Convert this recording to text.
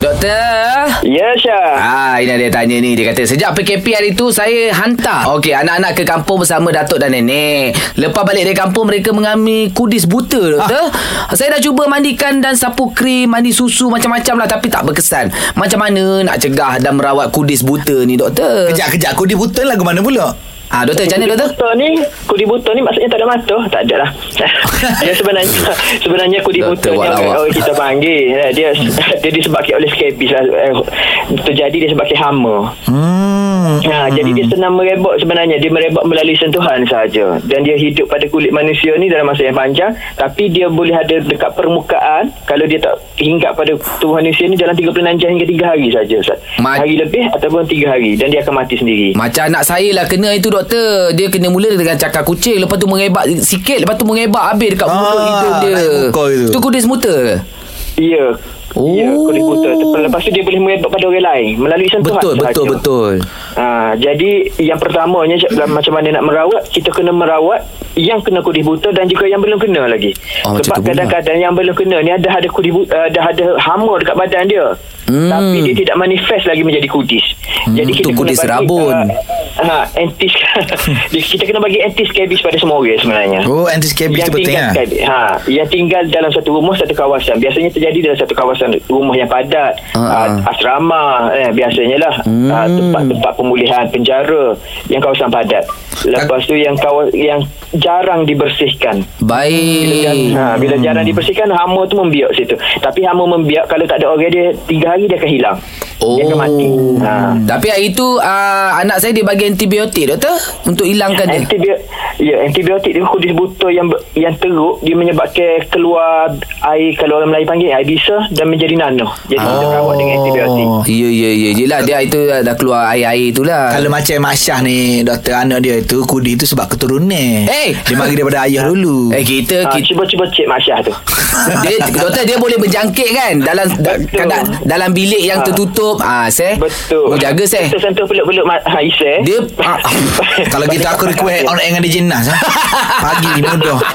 Doktor Ya Syah Ah, ini dia tanya ni Dia kata Sejak PKP hari tu Saya hantar Okey anak-anak ke kampung Bersama datuk dan nenek Lepas balik dari kampung Mereka mengalami Kudis buta doktor ah. Saya dah cuba mandikan Dan sapu krim Mandi susu Macam-macam lah Tapi tak berkesan Macam mana nak cegah Dan merawat kudis buta ni doktor Kejap, kejap. Kudi buta lagu mana pula? Ah, Doktor macam mana doktor? Buta ni Kudi buta ni maksudnya tak ada mata Tak ada lah Dia sebenarnya Sebenarnya kudi Doktor buta ni buat orang, lawak. Hmm. orang kita panggil eh, Dia dia disebabkan oleh skepis lah eh, Terjadi disebabkan hama Hmm. Ha, Jadi dia senang merebak sebenarnya Dia merebak melalui sentuhan saja Dan dia hidup pada kulit manusia ni dalam masa yang panjang Tapi dia boleh ada dekat permukaan Kalau dia tak hinggap pada tubuh manusia ni Dalam 36 jam hingga 3 hari saja Ustaz Ma- Hari lebih ataupun 3 hari Dan dia akan mati sendiri Macam anak saya lah kena itu doktor Dia kena mula dengan cakar kucing Lepas tu mengebak sikit Lepas tu mengebak habis dekat mulut Ah, hidung dia naik muka itu. Tu kudis muta Ya Ya, Oh. kulit buta. Lepas tu dia boleh merebak pada orang lain melalui sentuhan Betul, sahaja. betul, betul Ha, jadi yang pertamanya Syah, dalam macam mana nak merawat kita kena merawat yang kena kudis buta dan juga yang belum kena lagi. Oh, macam tu Sebab pula. kadang-kadang yang belum kena ni ada ada kudis buta, ada ada hama dekat badan dia. Hmm. Tapi dia tidak manifest lagi menjadi kudis. jadi tu kita kena kudis bagi, rabun. ah, ah, anti kita kena bagi anti scabies pada semua orang sebenarnya. Oh, anti Eh, skabis Yang tu ya. penting tinggal, lah. sekali. ha, yang tinggal dalam satu rumah satu kawasan biasanya terjadi dalam satu kawasan rumah yang padat Ha, ha. uh, asrama eh, biasanya lah hmm. uh, tempat-tempat pemulihan penjara yang kawasan padat lepas tu yang kawas, yang jarang dibersihkan Baik Ha, bila jarang dibersihkan hama tu membiak situ tapi hama membiak kalau tak ada orang dia tiga hari dia akan hilang dia akan mati Oh. ha. Tapi hari tu uh, Anak saya dia bagi antibiotik doktor Untuk hilangkan dia Antibiotik ya antibiotik dia kudis buta yang ber- yang teruk dia menyebabkan keluar air kalau orang Melayu panggil air bisa dan menjadi nano. Jadi oh. kita rawat dengan antibiotik. Ya ya ya Yelah dia itu dah dah keluar air-air tu lah Kalau macam Mak Syah ni Doktor anak dia tu Kudi tu sebab keturunan Eh! Dia mari daripada ayah dulu Eh kita, Ha, kita cuba-cuba cek Masya tu. dia doktor dia boleh berjangkit kan dalam da, Betul. kadang, dalam bilik yang Ha. tertutup ah seh Betul. Mu jaga seh Kita sentuh peluk-peluk Ma- ha, Isa. Dia- ah, Kalau gitu aku request on air dengan dia jenas ha? ah. Pagi mudah